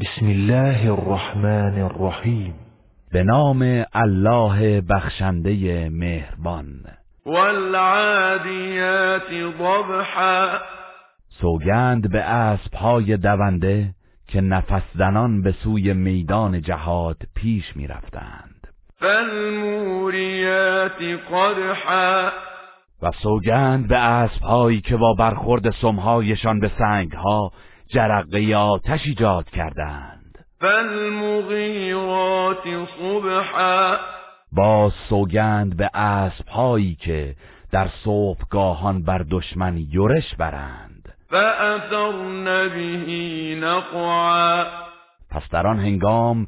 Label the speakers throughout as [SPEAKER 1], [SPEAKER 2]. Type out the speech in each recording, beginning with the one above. [SPEAKER 1] بسم الله الرحمن الرحیم
[SPEAKER 2] به نام الله بخشنده مهربان
[SPEAKER 3] والعاديات ضبحا
[SPEAKER 2] سوگند به اسبهای دونده که نفس زنان به سوی میدان جهاد پیش می رفتند
[SPEAKER 3] فالموريات قدحا
[SPEAKER 2] و سوگند به اسبهایی که با برخورد سمهایشان به سنگها جرقه آتش ایجاد کردند
[SPEAKER 3] فالمغيرات صبحا
[SPEAKER 2] با سوگند به اسبهایی که در صبحگاهان بر دشمن یورش برند
[SPEAKER 3] فأثرن به نقعا
[SPEAKER 2] پس در آن هنگام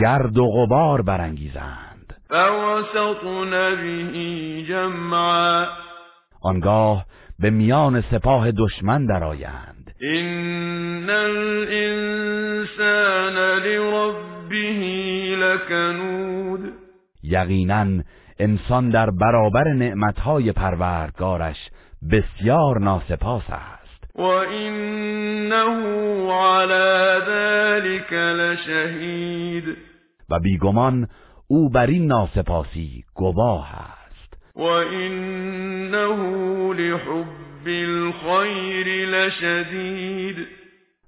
[SPEAKER 2] گرد و غبار برانگیزند
[SPEAKER 3] فوسطن به جمعا
[SPEAKER 2] آنگاه به میان سپاه دشمن درآیند
[SPEAKER 3] إن الإنسان لربه لكنود
[SPEAKER 2] یقینا انسان در برابر نعمتهای پروردگارش بسیار ناسپاس است
[SPEAKER 3] وإنه على ذلك لشهيد
[SPEAKER 2] و بیگمان او بر این ناسپاسی گواه است
[SPEAKER 3] وإنه لحب الخير لشديد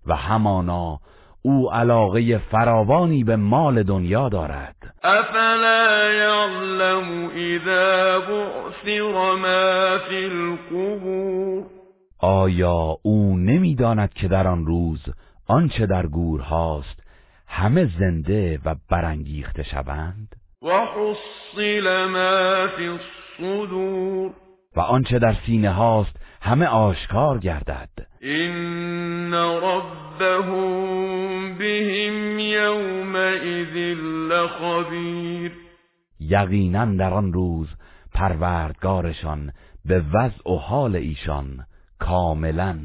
[SPEAKER 2] و همانا او علاقه فراوانی به مال دنیا دارد
[SPEAKER 3] أفلا يعلم إذا بعثر ما في القبور
[SPEAKER 2] آیا او نمیداند که در آن روز آنچه در گور هاست همه زنده و برانگیخته شوند
[SPEAKER 3] وحصل ما في الصدور
[SPEAKER 2] و آنچه در سینه هاست همه آشکار گردد
[SPEAKER 3] إن ربهم بهم يومئذ لخبير
[SPEAKER 2] یقینا در آن روز پروردگارشان به وضع و حال ایشان کاملا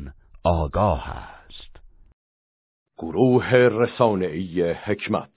[SPEAKER 2] آگاه است
[SPEAKER 4] گروه رسانه‌ای حکمت